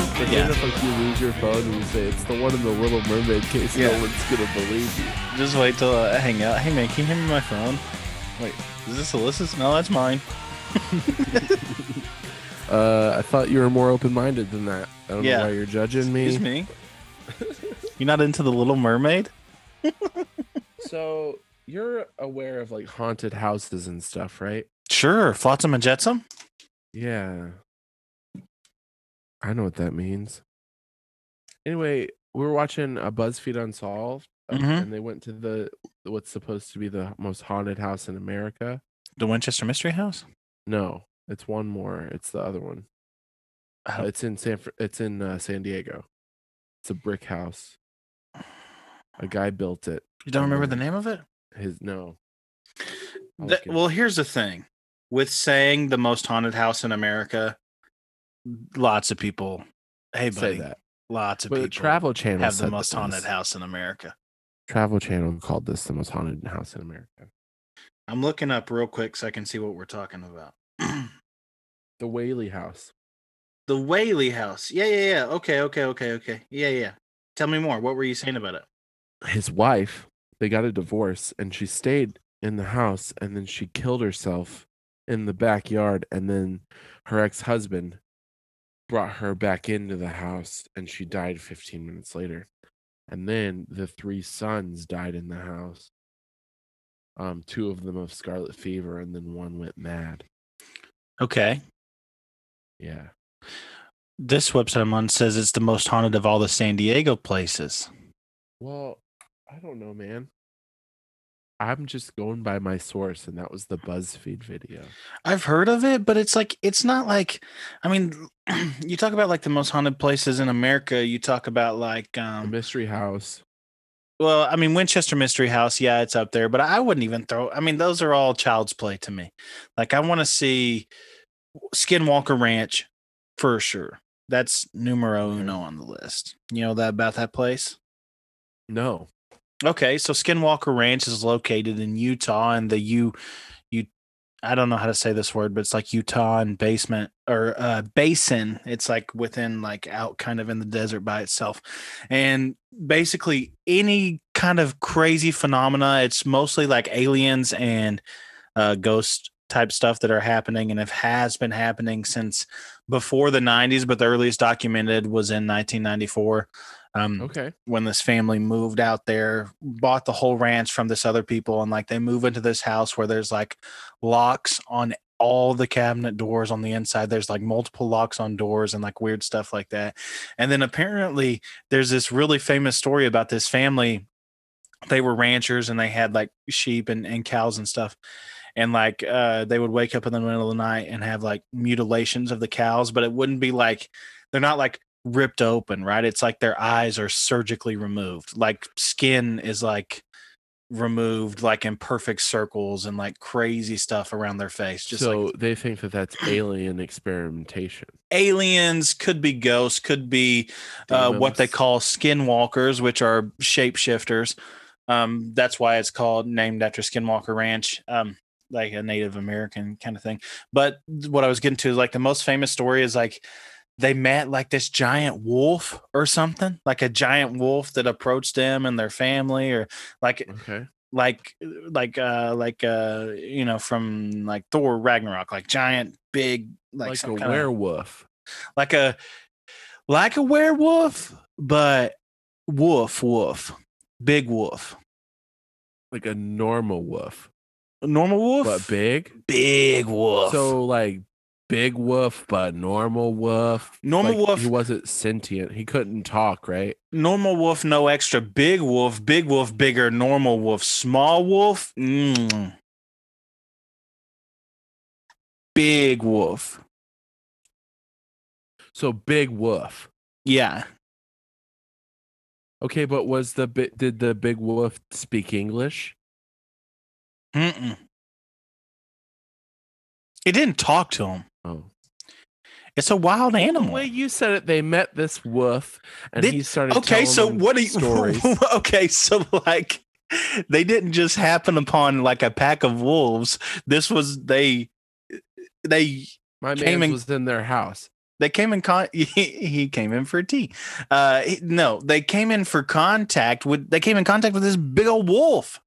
if you lose your phone and you say it's the one in the Little Mermaid case, Yeah. no one's gonna believe you. Just wait till I hang out. Hey man, can you hand me my phone? Wait, is this Alyssa's? No, that's mine. Uh, I thought you were more open-minded than that. I don't Yeah. know why you're judging me. Excuse me. You're not into the Little Mermaid? So you're aware of like haunted houses and stuff, right? Sure, Flotsam and Jetsam. Yeah. I know what that means. Anyway, we were watching a BuzzFeed Unsolved, uh, Mhm. and they went to the what's supposed to be the most haunted house in America. The Winchester Mystery House. No, it's one more. It's the other one. Uh, Oh. It's in San. Fr- It's in uh, San Diego. It's a brick house. A guy built it. You don't remember the Mhm. name of it? His no. I'll That, look it well, here's the thing with saying the most haunted house in America, lots of people, hey, up. say buddy, that. lots of But the people Travel Channel have said the most this. haunted house in America. Travel Channel called this the most haunted house in America. I'm looking up real quick so I can see what we're talking about. The Whaley House. the Whaley House. Yeah, yeah, yeah. Okay, okay, okay, okay. Yeah, yeah. Tell me more. What were you saying about it? His wife. They got a divorce, and she stayed in the house, and then she killed herself in the backyard, and then her ex-husband brought her back into the house, and she died 15 minutes later. And then the three sons died in the house. Um, two of them of scarlet fever, and then one went mad. Okay. Yeah. This website I'm on says it's the most haunted of all the San Diego places. Well, I don't know, man. I'm just going by my source, and that was the BuzzFeed video. I've heard of it, but it's like it's not like I mean you talk about like the most haunted places in America, you talk about like The um mystery house. well, I mean Winchester Mystery House, yeah, it's up there, but I wouldn't even throw I mean those are all child's play to me. Like I want to see Skinwalker Ranch for sure. That's numero uno on the list. You know that about that place? No. Okay, so Skinwalker Ranch is located in Utah in the U you I don't know how to say this word, but it's like Utah and basement or uh basin. It's like within like out kind of in the desert by itself. And basically any kind of crazy phenomena, it's mostly like aliens and uh ghost type stuff that are happening and it has been happening since before the 90s, but the earliest documented was in 1994. Um Okay. when this family moved out there, bought the whole ranch from this other people, and like they move into this house where there's like locks on all the cabinet doors on the inside. There's like multiple locks on doors and like weird stuff like that. And then apparently there's this really famous story about this family. They were ranchers and they had like sheep and, and cows and stuff. And like uh, they would wake up in the middle of the night and have like mutilations of the cows, but it wouldn't be like they're not like ripped open, right? It's like their eyes are surgically removed. Like skin is like removed, like in perfect circles and like crazy stuff around their face. Just so like they think that that's alien experimentation. aliens, could be ghosts, could be uh, what they Demons. call skinwalkers, which are shapeshifters. Um, that's why it's called named after Skinwalker Ranch, um, like a Native American kind of thing. But what I was getting to is like the most famous story is like they met like this giant wolf or something, like a giant wolf that approached them and their family, or like Okay. like like uh like uh you know from like Thor Ragnarok, like giant big like, Like, some a kinda- werewolf. like a like a werewolf, but wolf, wolf, big wolf, Like a normal wolf. normal wolf, But big. big wolf. So like big wolf, but normal wolf. normal Like, wolf, He wasn't sentient. He couldn't talk, right? normal wolf, no extra. Big wolf, big wolf, bigger. Normal wolf, small wolf, mm. big wolf. So big wolf. Yeah, Okay, but was the bi- did the big wolf speak English? Mm-mm. it didn't talk to him. Oh. It's a wild The animal. way you said it, they met this wolf, and Did- he started. okay telling so them what do you stories? okay so like they didn't just happen upon like a pack of wolves this was they they My came man and- was in their house. They came in con. He, he came in for tea. Uh, he- no, they came in for contact with. They came in contact with this big old wolf.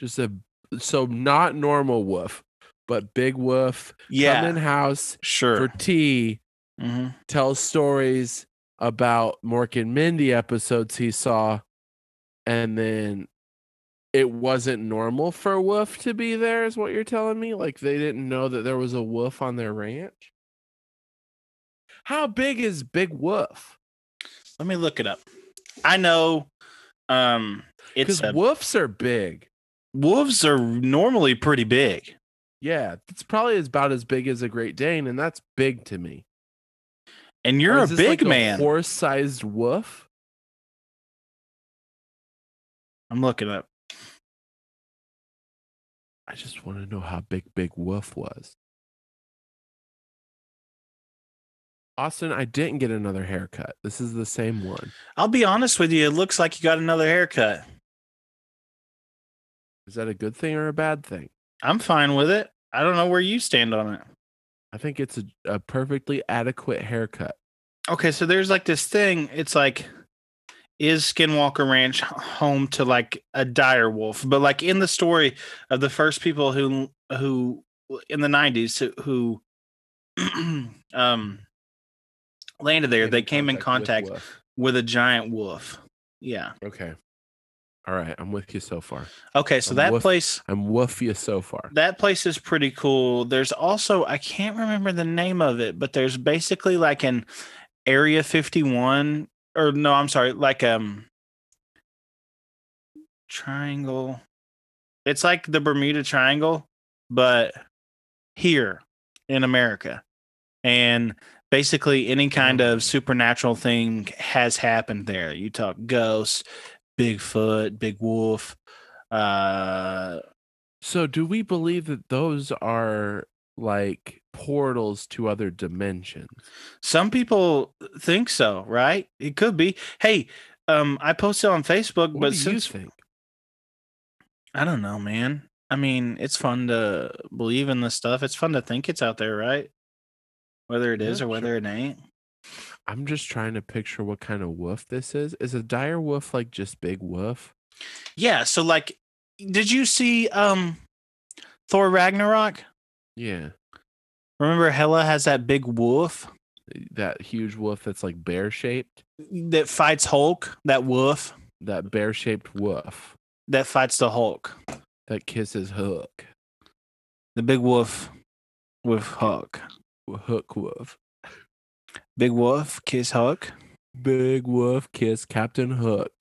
Just a so not normal wolf, but big wolf. Yeah, Come in house for sure. tea. hmm tells stories about Mork and Mindy episodes he saw, and then it wasn't normal for a wolf to be there, is what you're telling me? Like they didn't know that there was a wolf on their ranch? How big is Big Wolf? Let me look it up. I know. Um, it's Because a, wolves are big. wolves are normally pretty big. Yeah, it's probably about as big as a Great Dane, and that's big to me. And Or you're a is this big like man. horse-sized wolf. I'm looking up. I just want to know how big Big Wolf was. Austin, I didn't get another haircut. This is the same one. I'll be honest with you. It looks like you got another haircut. Is that a good thing or a bad thing? I'm fine with it. I don't know where you stand on it. I think it's a, a perfectly adequate haircut. Okay, so there's like this thing. It's like, is Skinwalker Ranch h- home to like a dire wolf? But like in the story of the first people who who in the '90s who who, um landed there, Came they came in contact with with, wolf. a giant wolf. Yeah. Okay. All right. I'm with you so far. Okay, so A that wolf. place I'm with you so far. that place is pretty cool. There's also I can't remember the name of it, but there's basically like an Area 51 or no, I'm sorry, like um triangle. It's like the Bermuda Triangle, but here in America. And basically any kind Mm. of supernatural thing has happened there. You talk ghosts, Bigfoot, Big Wolf, uh So, do we believe that those are like portals to other dimensions? Some people think so, right? It could be. Hey, um, I posted on Facebook, What but do since you think? I don't know, man. I mean, it's fun to believe in this stuff. It's fun to think it's out there, right? Whether it Yeah, is or sure. whether it ain't. I'm just trying to picture what kind of wolf this is. Is a dire wolf like just big wolf? Yeah. So, like, did you see um Thor Ragnarok? Yeah. Remember, Hela has that big wolf Eh, That huge wolf that's like bear shaped. that fights Hulk. That wolf That bear shaped wolf that fights the Hulk. that kisses Hook. The big wolf with Hulk. Hook wolf. Big wolf kiss Hulk. Big wolf kiss Captain Hook.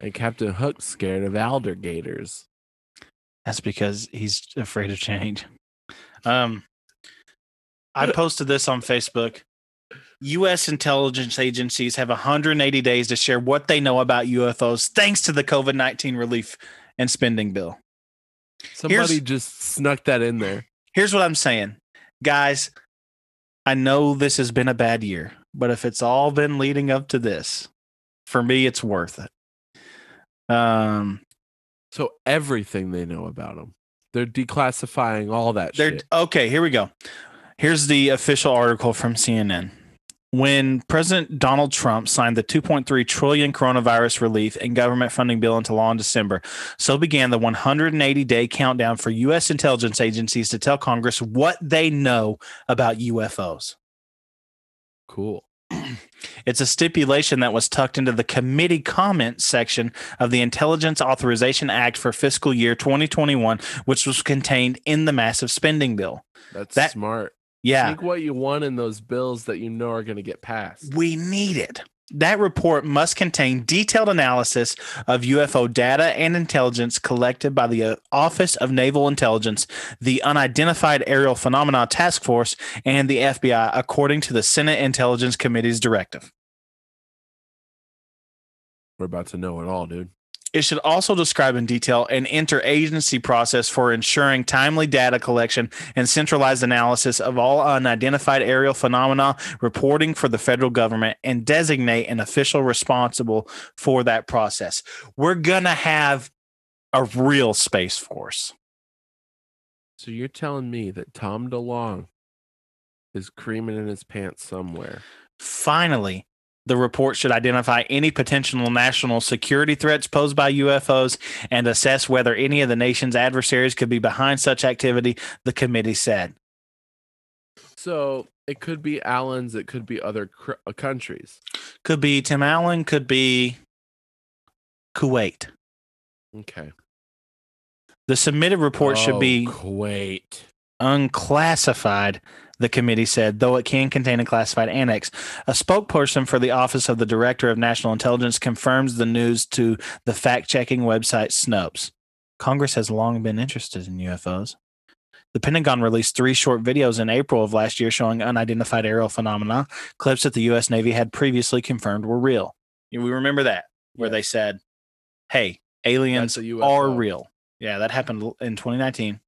And Captain Hook's scared of alligators. That's because he's afraid of change. Um, I posted this on Facebook. U.S. intelligence agencies have 180 days to share what they know about UFOs, thanks to the COVID 19 relief and spending bill. Somebody just snuck that in there. Here's what I'm saying, guys. I know this has been a bad year, but if it's all been leading up to this, for me, it's worth it. Um, So everything they know about them. They're declassifying all that They're shit. okay. Here we go. Here's the official article from CNN. When President Donald Trump signed the 2.3 trillion coronavirus relief and government funding bill into law in December, so began the 180-day countdown for U.S. intelligence agencies to tell Congress what they know about UFOs. Cool. It's a stipulation that was tucked into the committee comment section of the Intelligence Authorization Act for fiscal year 2021, which was contained in the massive spending bill. That's That- smart. Yeah. Sneak what you want in those bills that you know are going to get passed. We need it. That report must contain detailed analysis of UFO data and intelligence collected by the uh, Office of Naval Intelligence, the Unidentified Aerial Phenomena Task Force, and the FBI, according to the Senate Intelligence Committee's directive. We're about to know it all, dude. It should also describe in detail an interagency process for ensuring timely data collection and centralized analysis of all unidentified aerial phenomena reporting for the federal government and designate an official responsible for that process. We're going to have a real space force. So you're telling me that Tom DeLong is creaming in his pants somewhere. Finally, the report should identify any potential national security threats posed by UFOs and assess whether any of the nation's adversaries could be behind such activity, the committee said. So it could be Allen's, it could be other cr- uh, countries. Could be Tim Allen, could be Kuwait. Okay. The submitted report should Oh, be Kuwait. unclassified, the committee said, though it can contain a classified annex. A spokesperson for the Office of the Director of National Intelligence confirms the news to the fact checking website Snopes. Congress has long been interested in UFOs. The Pentagon released three short videos in April of last year showing unidentified aerial phenomena, clips that the U.S. Navy had previously confirmed were real. We remember that, where they said, hey, aliens That's a UFO. are real. Yeah, that happened l- in 2019.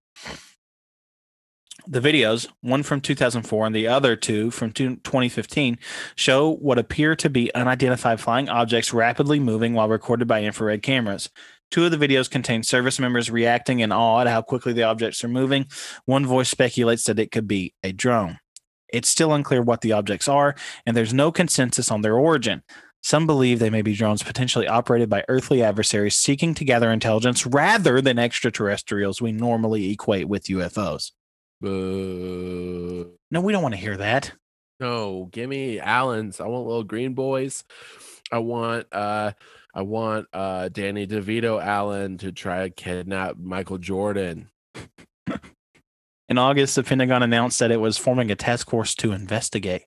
The videos, one from 2004 and the other two from two- 2015, show what appear to be unidentified flying objects rapidly moving while recorded by infrared cameras. Two of the videos contain service members reacting in awe at how quickly the objects are moving. One voice speculates that it could be a drone. It's still unclear what the objects are, and there's no consensus on their origin. Some believe they may be drones potentially operated by earthly adversaries seeking to gather intelligence rather than extraterrestrials we normally equate with UFOs. Boo. No, we don't want to hear that. No, give me Allen's. I want little green boys. I want uh I want uh Danny DeVito Allen to try to kidnap Michael Jordan. In August, the Pentagon announced that it was forming a task force to investigate.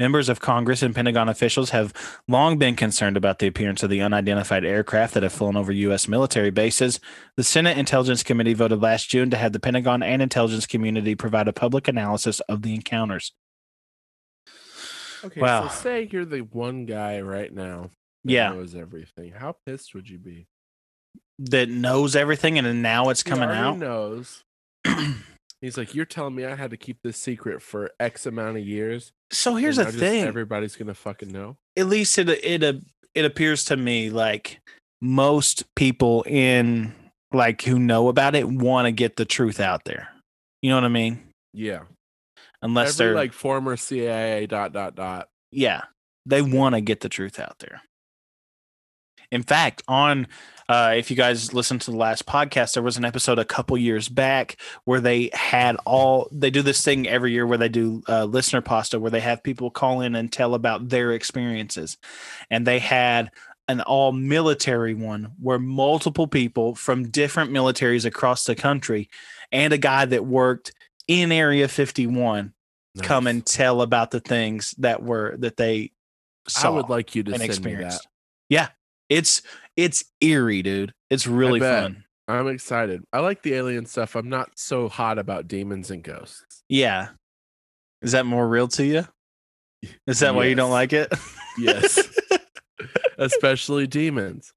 Members of Congress and Pentagon officials have long been concerned about the appearance of the unidentified aircraft that have flown over U.S. military bases. The Senate Intelligence Committee voted last June to have the Pentagon and intelligence community provide a public analysis of the encounters. Okay, Wow. so say you're the one guy right now that Yeah, knows everything. How pissed would you be? that knows everything, and then now it's He coming already out. knows. He's like, You're telling me I had to keep this secret for X amount of years. So here's and the now just thing. everybody's gonna fucking know. At least it it uh, it appears to me like most people in like who know about it want to get the truth out there. You know what I mean? Yeah. Unless Every they're like like former CIA dot dot dot. yeah, they want to get the truth out there. In fact, on uh, if you guys listened to the last podcast, there was an episode a couple years back where they had all they do this thing every year where they do uh, listener pasta where they have people call in and tell about their experiences, and they had an all military one where multiple people from different militaries across the country and a guy that worked in Area 51 come Nice. and tell about the things that were that they saw I would like you to and send me that. experienced. Yeah, it's it's eerie, dude. It's really bet. fun. I'm excited. I like the alien stuff. I'm not so hot about demons and ghosts. Yeah, is that more real to you? Is that why you don't Yes. like it? Yes, especially demons.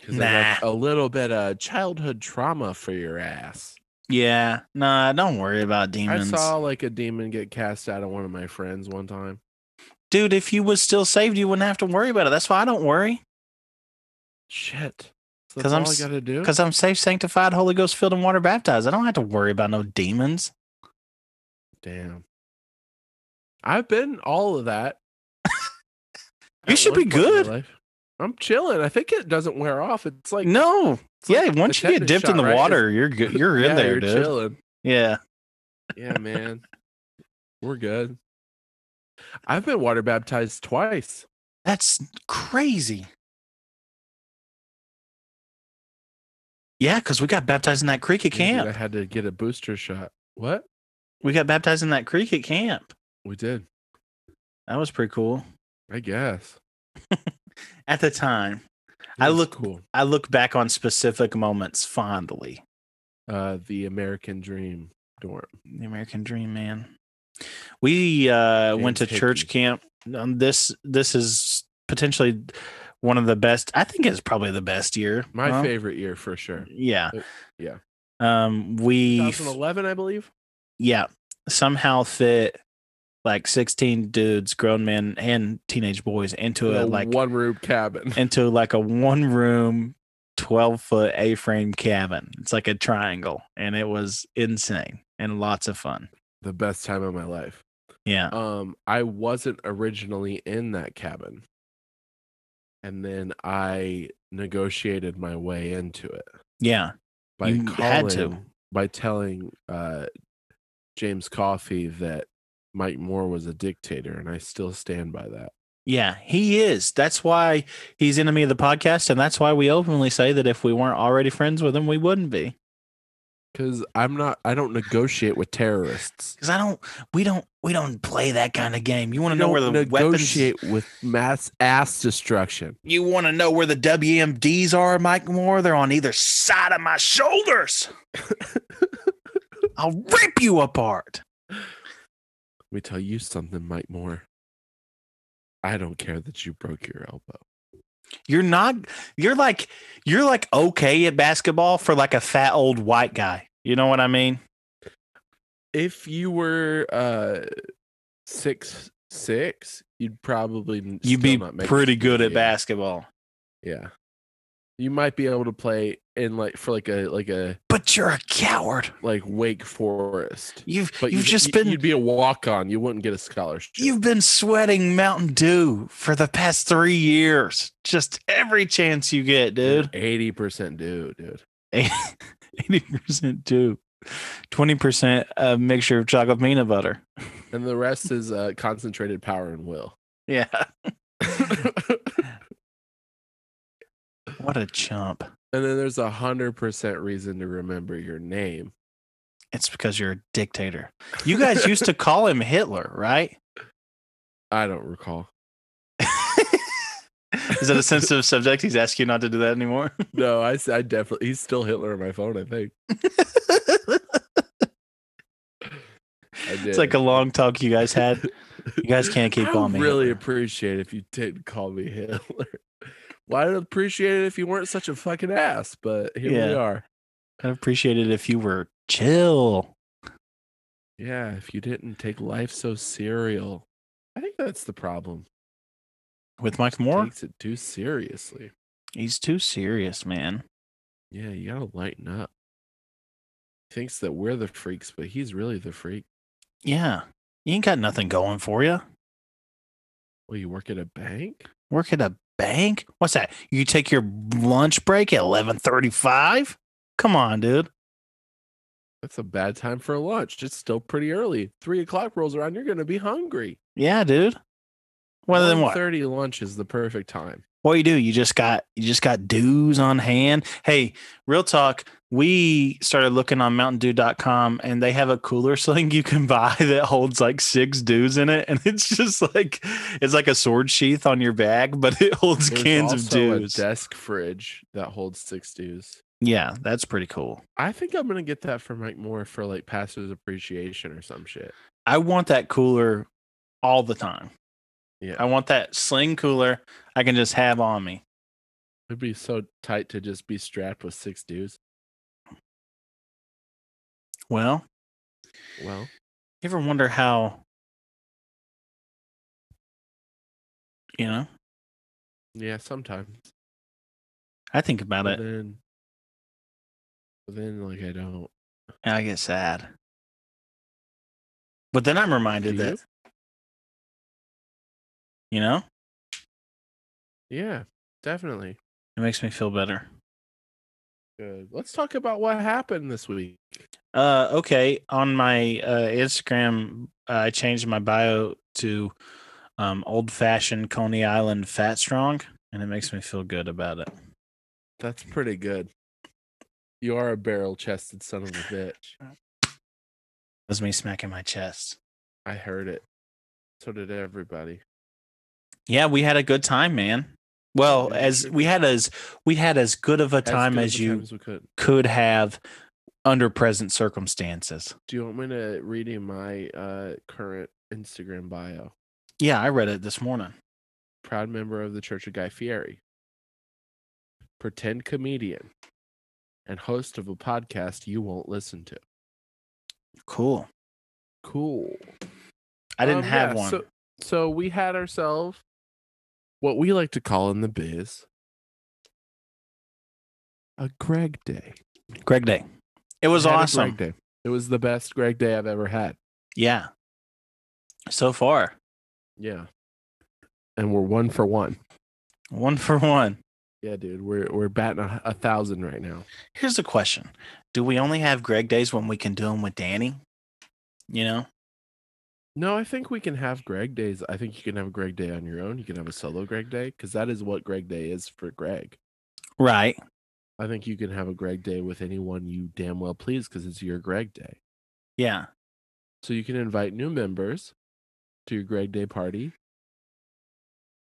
Because Nah. a little bit of childhood trauma for your ass. yeah, nah, don't worry about demons, I saw like a demon get cast out of one of my friends one time. dude. If you was still saved, you wouldn't have to worry about it. That's why I don't worry Shit. So 'Cause that's I'm all I s- gotta do. because I'm safe, sanctified, Holy Ghost filled, and water baptized. I don't have to worry about no demons. Damn. I've been all of that. You at should one be point in my good. life. I'm chilling. I think it doesn't wear off. It's like no, it's yeah. like the once you get tetanus dipped in shot, the right? water, you're good. It's- You're in yeah, there, you're dude. Chilling. Yeah. Yeah, man. We're good. I've been water baptized twice. That's crazy. Yeah, because we got baptized in that creek at Yeah, dude, I camp. had to get a booster shot. What? We got baptized in that creek at camp. We did. That was pretty cool. I guess. At the time, It I was look- cool. I look back on specific moments fondly. Uh the American Dream dorm. The American Dream, man. We uh, went to James church Hickey. camp. Um, this this is potentially one of the best. I think it's probably the best year. My Huh? favorite year for sure. Yeah. Uh, yeah. Um, we 2011, I believe. yeah, somehow fit like 16 dudes, grown men and teenage boys into a In a like one room cabin. into like a one room 12 foot A-frame cabin. It's like a triangle and it was insane and lots of fun. the best time of my life. Yeah. Um, I wasn't originally in that cabin, and then I negotiated my way into it Yeah. by You calling, had to. by telling uh, James Coffey that Mike Moore was a dictator, and I still stand by that. Yeah. He is. That's why he's enemy of the podcast. And that's why we openly say that if we weren't already friends with him, we wouldn't be. Because I'm not, I don't negotiate with terrorists. Because I don't, we don't, we don't play that kind of game. You want to know don't where the weapons. negotiate with mass ass destruction. You want to know where the WMDs are, Mike Moore? They're on either side of my shoulders. I'll rip you apart. Let me tell you something, Mike Moore. I don't care that you broke your elbow. You're not. You're like. You're like okay at basketball for like a fat old white guy. You know what I mean? If you were uh six six, you'd probably n- You'd still be not make pretty the good at NBA. basketball, Yeah, you might be able to play in like for like a like a but you're a coward. like Wake Forest. You've But you've you'd- just you- been you'd be a walk on. You wouldn't get a scholarship. You've been sweating Mountain Dew for the past three years. Just every chance you get, dude. eighty percent do, dude. 80% Dew. 20% a mixture of chocolate peanut butter. And the rest is uh concentrated power and will. Yeah. What a chump. And then there's a hundred percent reason to remember your name. It's because you're a dictator. You guys used to call him Hitler, right? I don't recall. Is that a sensitive subject? He's asked you not to do that anymore. No, I, s- I definitely he's still Hitler on my phone. I think I did. it's like a long talk you guys had. You guys can't keep I calling me. really Hitler. appreciate if you didn't call me Hitler. Well, I'd appreciate it if you weren't such a fucking ass. But here we Yeah. are. I'd appreciate it if you were chill. Yeah, if you didn't take life so serial, I think that's the problem. With Mike Moore, Takes it too seriously. he's too serious, man. Yeah, you gotta lighten up. Thinks that we're the freaks, but he's really the freak. Yeah. You ain't got nothing going for you. Well, you work at a bank? Work at a bank? What's that? You take your lunch break at 11:35? Come on, dude. That's a bad time for lunch. It's still pretty early. Three o'clock rolls around, you're gonna be hungry. Yeah, dude. Well, then what? Thirty lunch is the perfect time. What you do? You just got you just got dues on hand. Hey, real talk. We started looking on mountaindew.com and they have a cooler sling you can buy that holds like six dues in it. And it's just like it's like a sword sheath on your bag, but it holds There's cans of also dues. a desk fridge that holds six dues. yeah, that's pretty cool. I think I'm gonna get that for Mike Moore for like pastor's appreciation or some shit. I want that cooler all the time. Yeah. I want that sling cooler I can just have on me. It'd be so tight to just be strapped with six dues. Well, Well, you ever wonder how, you know, yeah, sometimes. I think about But it then, but then like I don't. and I get sad. But then I'm reminded Do you? that, you know, Yeah, definitely. it makes me feel better. Good. Let's talk about what happened this week. Uh, okay. On my uh, Instagram, uh, I changed my bio to um, old fashioned Coney Island Fat Strong, and it makes me feel good about it. That's pretty good. You are a barrel chested son of a bitch. That's me smacking my chest. I heard it. So did everybody. Yeah, we had a good time, man. Well, Yeah, we as sure we did. had as we had as good of a As time good as of a you time as we could. could have under present circumstances. Do you want me to read you my uh, current Instagram bio? Yeah, I read it this morning. Proud member of the Church of Guy Fieri, pretend comedian, and host of a podcast you won't listen to. Cool. Cool. I didn't Um, have yeah, one. So, so we had ourselves what we like to call in the biz a Greg day. Greg Day. It was I had a awesome. Greg day. It was the best Greg day I've ever had. Yeah. So far, Yeah. And we're one for one. one for one. Yeah, dude. We're we're batting a, a thousand right now. Here's the question Do we only have Greg days when we can do them with Danny? You know? No, I think we can have Greg days. I think you can have a Greg day on your own. You can have a solo Greg day because that is what Greg day is for Greg. Right. I think you can have a Greg day with anyone you damn well please because it's your Greg day. Yeah. So you can invite new members to your Greg Day party.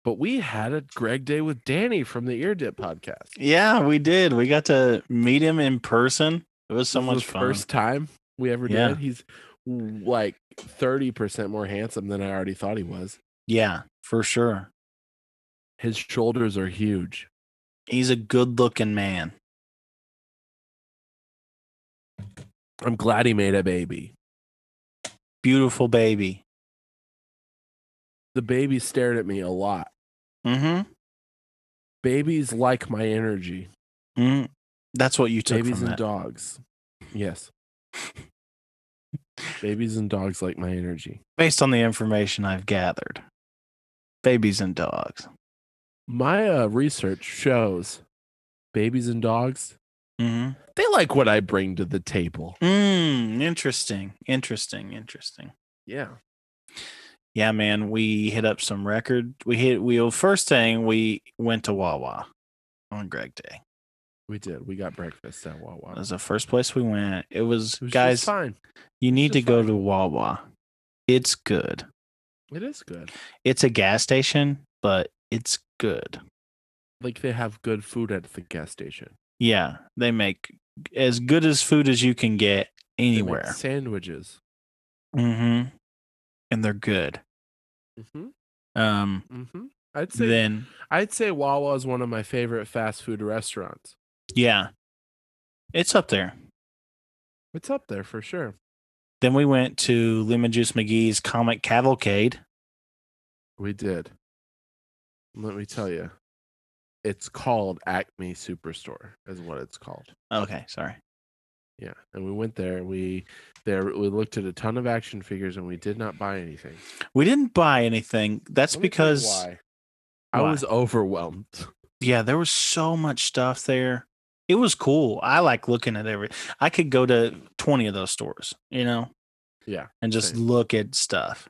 But we had a Greg Day with Danny from the Ear Dip podcast. Yeah, we did. We got to meet him in person. It was so This much was the fun. First time we ever Yeah. did. He's like 30% more handsome than I already thought he was. Yeah, for sure. His shoulders are huge. He's a good looking man. I'm glad he made a baby. Beautiful baby. The baby stared at me a lot. Mm-hmm. Mm Babies like my energy. hmm. hmm That's what you took Babies from and that. dogs. Yes. Babies and dogs like my energy. Based on the information I've gathered, babies and dogs. my uh, research shows babies and dogs Mm they like what i bring to the table hmm. Mm, interesting. Interesting. Interesting. yeah Yeah, man, we hit up some record. We hit we first thing we went to Wawa on Greg Day. we did we got breakfast at wawa That was the first place we went. It was, It was just guys, fine you need to just go fine. to Wawa. It's good. it is good It's a gas station, but it's good. like they have good food at the gas station Yeah, they make as good as food as you can get They make anywhere. sandwiches Mm-hmm. And they're good. mm-hmm, Um mm-hmm. i'd say then i'd say wawa is one of my favorite fast food restaurants yeah. It's up there. it's up there for sure Then we went to Lemon Juice McGee's Comic Cavalcade. we did let me tell you it's called acme superstore is what it's called Okay, sorry. Yeah, and we went there. We there we looked at a ton of action figures, and we did not buy anything. We didn't buy anything. That's Let me tell you because why. I why? was overwhelmed. yeah, there was so much stuff there. It was cool. I like looking at every. I could go to twenty of those stores, you know, Yeah, and just Same. look at stuff.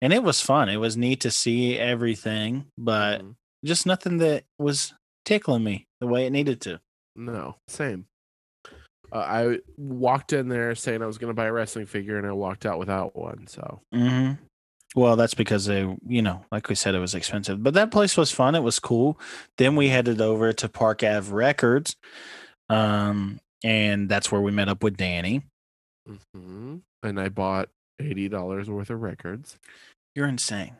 And it was fun. It was neat to see everything, but Mhm. just nothing that was tickling me the way it needed to. no, same. Uh, I walked in there saying I was going to buy a wrestling figure, and I walked out without one. So hmm Mm-hmm. Well, that's because they, you know, like we said, it was expensive, but that place was fun. It was cool. Then we headed over to Park Ave Records, um, and that's where we met up with Danny. Mhm. and I bought eighty dollars worth of records. You're insane.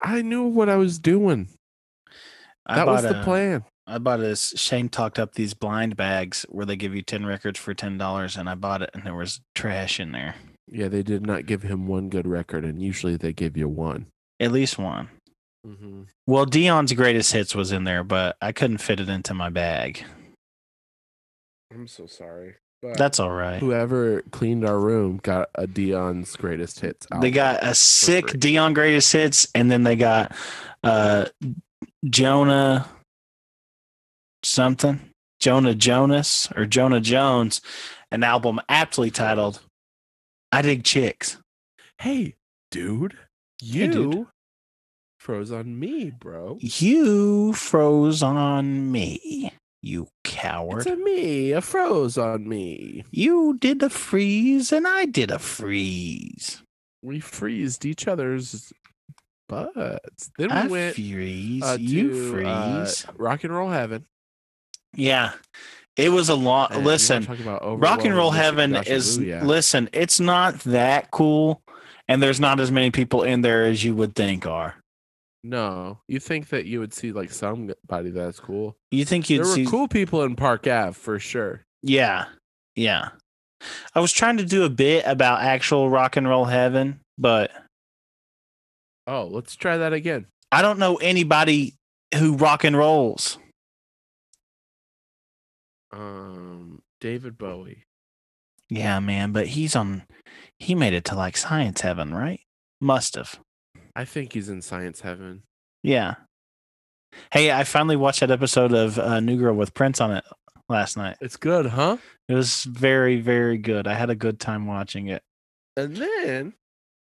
I knew what I was doing. I that was bought the a- plan. I bought a Shane talked up these blind bags where they give you ten records for ten dollars, and I bought it, and there was trash in there, Yeah, they did not give him one good record, and usually they give you one. at least one. Mm-hmm. Well, Dion's greatest hits was in there, but I couldn't fit it into my bag. I'm so sorry. But That's all Eh. right. whoever cleaned our room got a Dion's greatest hits. Album. They got a sick free. Dion greatest hits, and then they got uh Jonah something, Jonah Jonas or Jonah Jones, an album aptly titled "I Dig Chicks." hey, dude, you dude. froze on me, bro. You froze on me, you coward. It's a me, a froze on me. you did a freeze, and I did a freeze. We freezed each other's butts. Then we I went freeze. uh, you to, freeze. uh, rock and roll heaven. yeah, it was a long. and you wanna Uh, listen, talk about Rock and overwhelming Roll Mr. Heaven Joshua is Blue, yeah. listen, it's not that cool and there's not as many people in there as you would think are. no. You think that you would see like somebody that's cool? You think you'd there see were cool people in Park Ave for sure. Yeah. Yeah. I was trying to do a bit about actual Rock and Roll Heaven, but Oh, let's try that again. I don't know anybody who rock and rolls. Um, David Bowie. Yeah, man. But he's on. He made it to like science heaven, right? Must have. I think he's in science heaven. Yeah. Hey, I finally watched that episode of uh, New Girl with Prince on it last night. It's good, huh? It was very, very good. I had a good time watching it. And then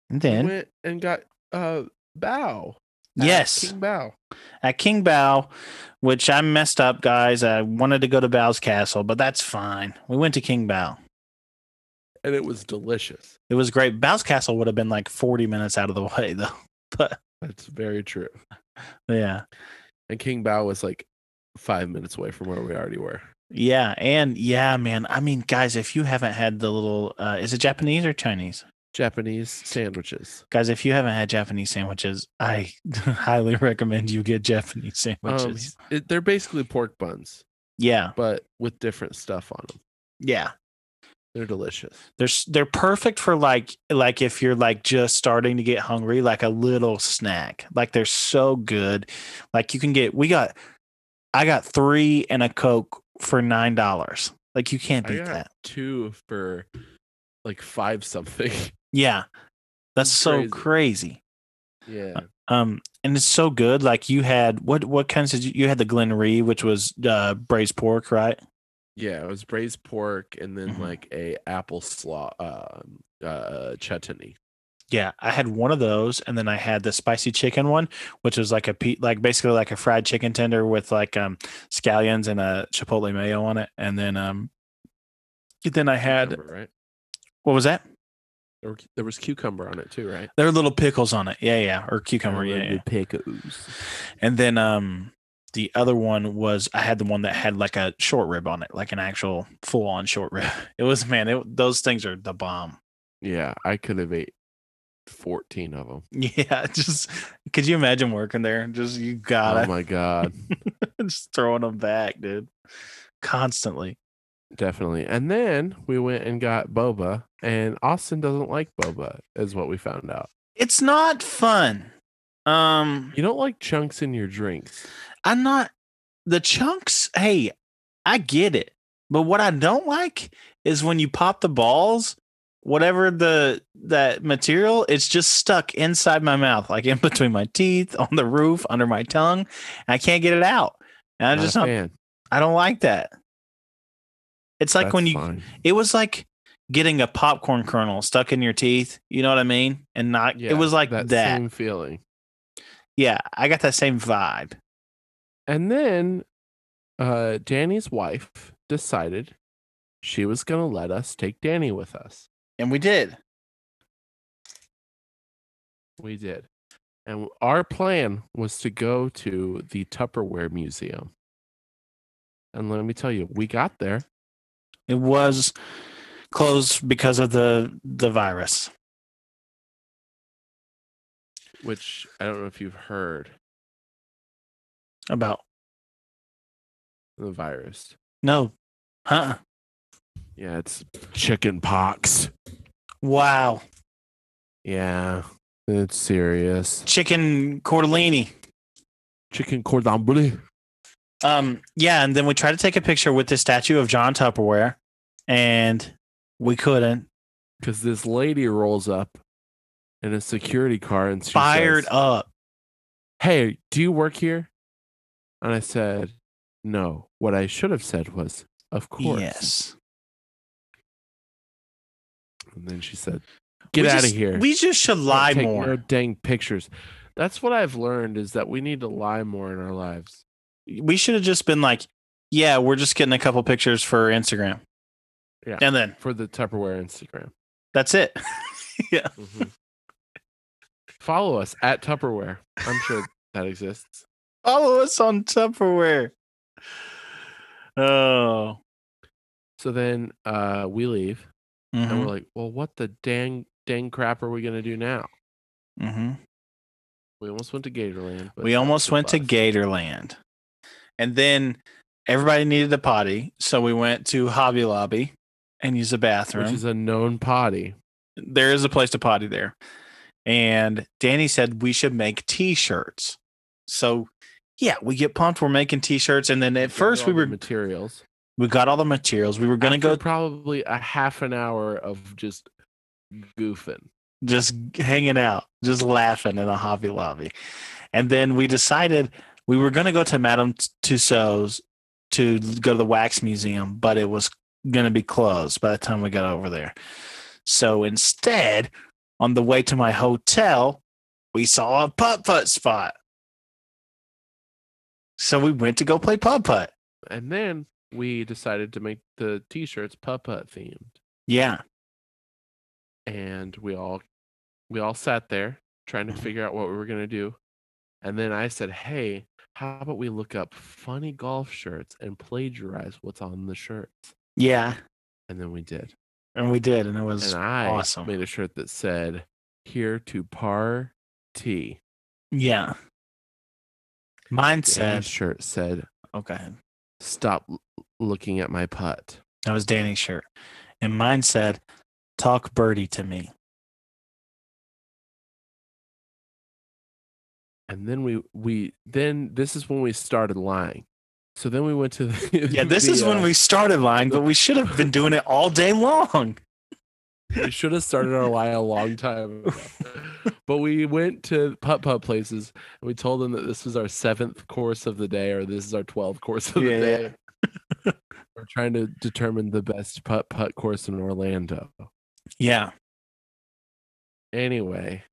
And he then went and got uh Bow. at yes, uh, King Bow. at King Bao, which I messed up, guys. I wanted to go to Bao's castle, but that's fine. We went to King Bao. And it was delicious. It was great. Bao's castle would have been like 40 minutes out of the way, though. But That's very true. yeah. And King Bao was like five minutes away from where we already were. Yeah. And yeah, man. I mean, guys, if you haven't had the little, uh, is it Japanese or Chinese? Japanese sandwiches. Guys, if you haven't had Japanese sandwiches, I highly recommend you get Japanese Um, sandwiches. it, they're basically pork buns, yeah. but with different stuff on them. Yeah. They're delicious. they're s- they're perfect for like like if you're like just starting to get hungry like a little snack like they're so good like you can get we got i got three and a coke for nine dollars like you can't I beat got that two for like five something. yeah that's so crazy crazy. Yeah. um and it's so good like you had what what kinds did you, you had the glenree which was uh braised pork right Yeah. It was braised pork and then Mhm. like a apple slaw um uh chutney. yeah i had one of those and then i had the spicy chicken one which was like a pe- like basically like a fried chicken tender with like um scallions and a chipotle mayo on it and then um then i had Cucumber, right? what was that There, were, there was cucumber on it too, right? there were little pickles on it yeah yeah or cucumber yeah, yeah. pickles. and then um the other one was i had the one that had like a short rib on it like an actual full on short rib it was man it, those things are the bomb Yeah, I could have ate fourteen of them. yeah just could you imagine working there just you gotta oh my god, just throwing them back, dude. Constantly. definitely. And then we went and got boba, and Austin doesn't like boba, is what we found out. It's not fun. Um, You don't like chunks in your drinks. I'm not the chunks. Hey, I get it. But what I don't like is when you pop the balls, whatever the that material, it's just stuck inside my mouth, like in between my teeth, on the roof, under my tongue. I can't get it out. And I Not a just not, fan. I don't like that. It's like That's when you fine. it was like getting a popcorn kernel stuck in your teeth. You know what I mean? And not Yeah, it was like that. same feeling. yeah, I got that same vibe. And then, uh, Danny's wife decided she was gonna let us take Danny with us. And we did. We did. And our plan was to go to the Tupperware Museum. And let me tell you, we got there. It was closed because of the the virus. which I don't know if you've heard About the virus. no. Huh. Yeah, it's chicken pox. Wow. Yeah, it's serious. Chicken cordellini. Chicken cordon bleu. Um yeah, and then we tried to take a picture with the statue of John Tupperware and we couldn't. Because this lady rolls up in a security car and she Fired says, up. Hey, do you work here? And I said, No. What I should have said was, Of course. Yes. And then she said, Get We out of just- here. We just should Don't lie take more. No dang pictures. That's what I've learned is that we need to lie more in our lives. we should have just been like, yeah, we're just getting a couple pictures for Instagram. Yeah. And then For the Tupperware Instagram. that's it. Mhm. Follow us at Tupperware. I'm sure that exists. Follow us on Tupperware. Oh. So then uh, we leave and Mhm, we're like, well, what the dang dang crap are we gonna do now? mhm. We almost went to Gatorland. but We that almost was a went to bust. Gatorland. And then everybody needed a potty. So we went to Hobby Lobby and used the bathroom. which is a known potty. there is a place to potty there. And Danny said we should make t-shirts. So yeah, we get pumped. We're making t-shirts. And then at Gather first all we the were materials. We got all the materials. We were gonna After go probably a half an hour of just goofing. just hanging out, just laughing in a Hobby Lobby. And then we decided we were going to go to Madame Tussauds to go to the wax museum, but it was going to be closed by the time we got over there. So instead, on the way to my hotel, we saw a putt putt spot. So we went to go play putt putt. And then we decided to make the t-shirts putt putt themed. Yeah. and we all we all sat there trying to Mhm. figure out what we were going to do and then i said hey how about we look up funny golf shirts and plagiarize what's on the shirts Yeah. and then we did And we did. And it was, and uh, i awesome. made a shirt that said here to par t yeah. Mine said, shirt said okay. stop l- looking at my putt That was Danny's shirt. And mine said, Talk birdie to me. and then we we then this is when we started lying so then we went to the, Yeah, this is the, when uh, we started lying, but we should have been doing it all day long. we should have started our lie a long time ago. But we went to putt putt places and we told them that this was our seventh course of the day or this is our 12th course of the Yeah, yeah. day. We're trying to determine the best putt putt course in Orlando. Yeah. Anyway,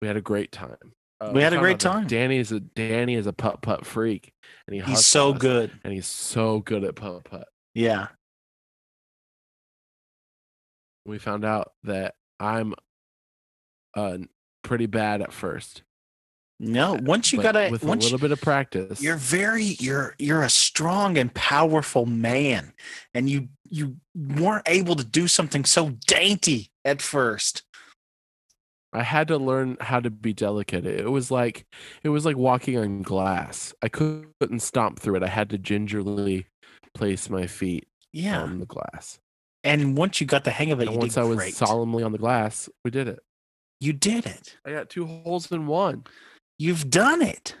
we had a great time. Uh, We had a found great out that time. Danny is a Danny is a putt putt freak, and he He's hustles so us, good. and he's so good at putt putt. Yeah. we found out that I'm uh pretty bad at first. No, once you but gotta with a once little bit of practice. you're very you're you're a strong and powerful man. And you you weren't able to do something so dainty at first. I had to learn how to be delicate. It was like it was like walking on glass. I cou- couldn't stomp through it. I had to gingerly place my feet Yeah. on the glass. and once you got the hang of it, Um, And you once did I was great. solemnly on the glass, we did it. You did it. I got two holes in one. You've done it.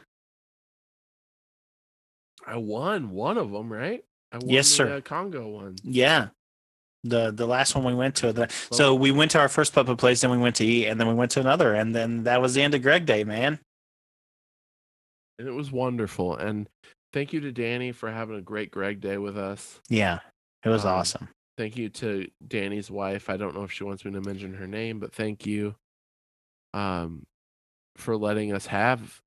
I won one of them, right? I won Yes, the, sir. Uh, Congo one. Yeah. The the last one we went to. The, so we went to our first puppet place, then we went to eat, and then we went to another, and then that was the end of Greg Day, man. And it was wonderful. And thank you to Danny for having a great Greg day with us. Yeah. It was Um, awesome. thank you to Danny's wife. I don't know if she wants me to mention her name, but thank you um for letting us have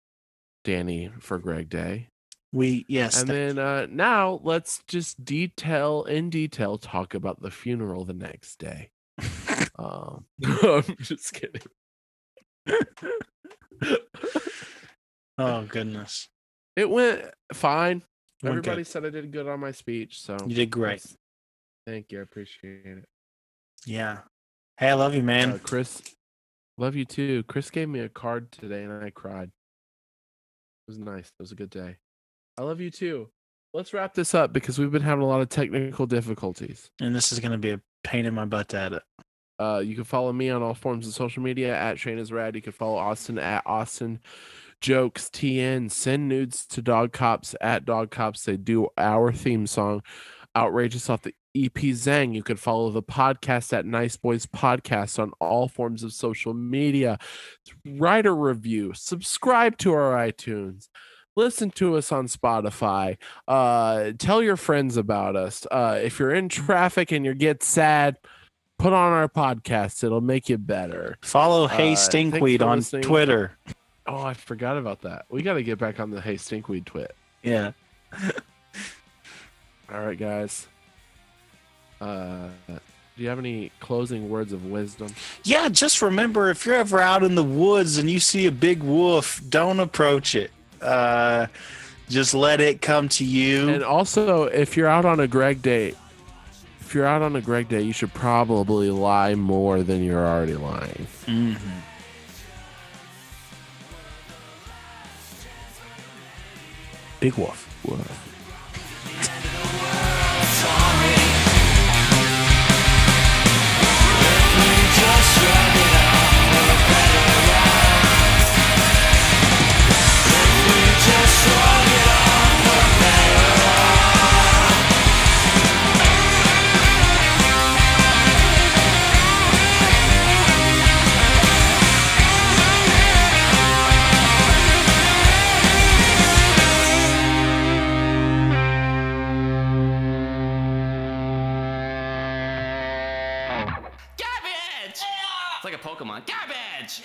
Danny for Greg Day. We yes. And th- then uh now let's just detail in detail talk about the funeral the next day. Um I'm just kidding. oh goodness. It went fine. Went good. Everybody said I did good on my speech, so You did great. that's- Thank you. I appreciate it. Yeah. Hey, I love you, man. uh, Chris, love you too. Chris gave me a card today and I cried. It was nice. It was a good day. I love you too. Let's wrap this up because we've been having a lot of technical difficulties. And this is gonna be a pain in my butt to edit. Uh, you can follow me on all forms of social media at Shane is Rad. You can follow Austin at Austin Jokes TN. Send nudes to Dog Cops at Dog Cops. They do our theme song, Outrageous off the EP Zang. You can follow the podcast at Nice Boys Podcast on all forms of social media. Write a review. Subscribe to our iTunes. Listen to us on Spotify. Uh, tell your friends about us. Uh, if you're in traffic and you get sad, put on our podcast. It'll make you better. Follow Hey Uh, thanks Stinkweed for on listening. Twitter. Oh, I forgot about that. We got to get back on the Hey Stinkweed twit. Yeah. All right, guys. Uh, do you have any closing words of wisdom? Yeah, just remember if you're ever out in the woods and you see a big wolf, don't approach it. Uh, just let it come to you. And also, if you're out on a Greg date, if you're out on a Greg date, you should probably lie more than you're already lying. Mm-hmm. Big wolf. Just run it on for better. like a Pokemon. Garbage!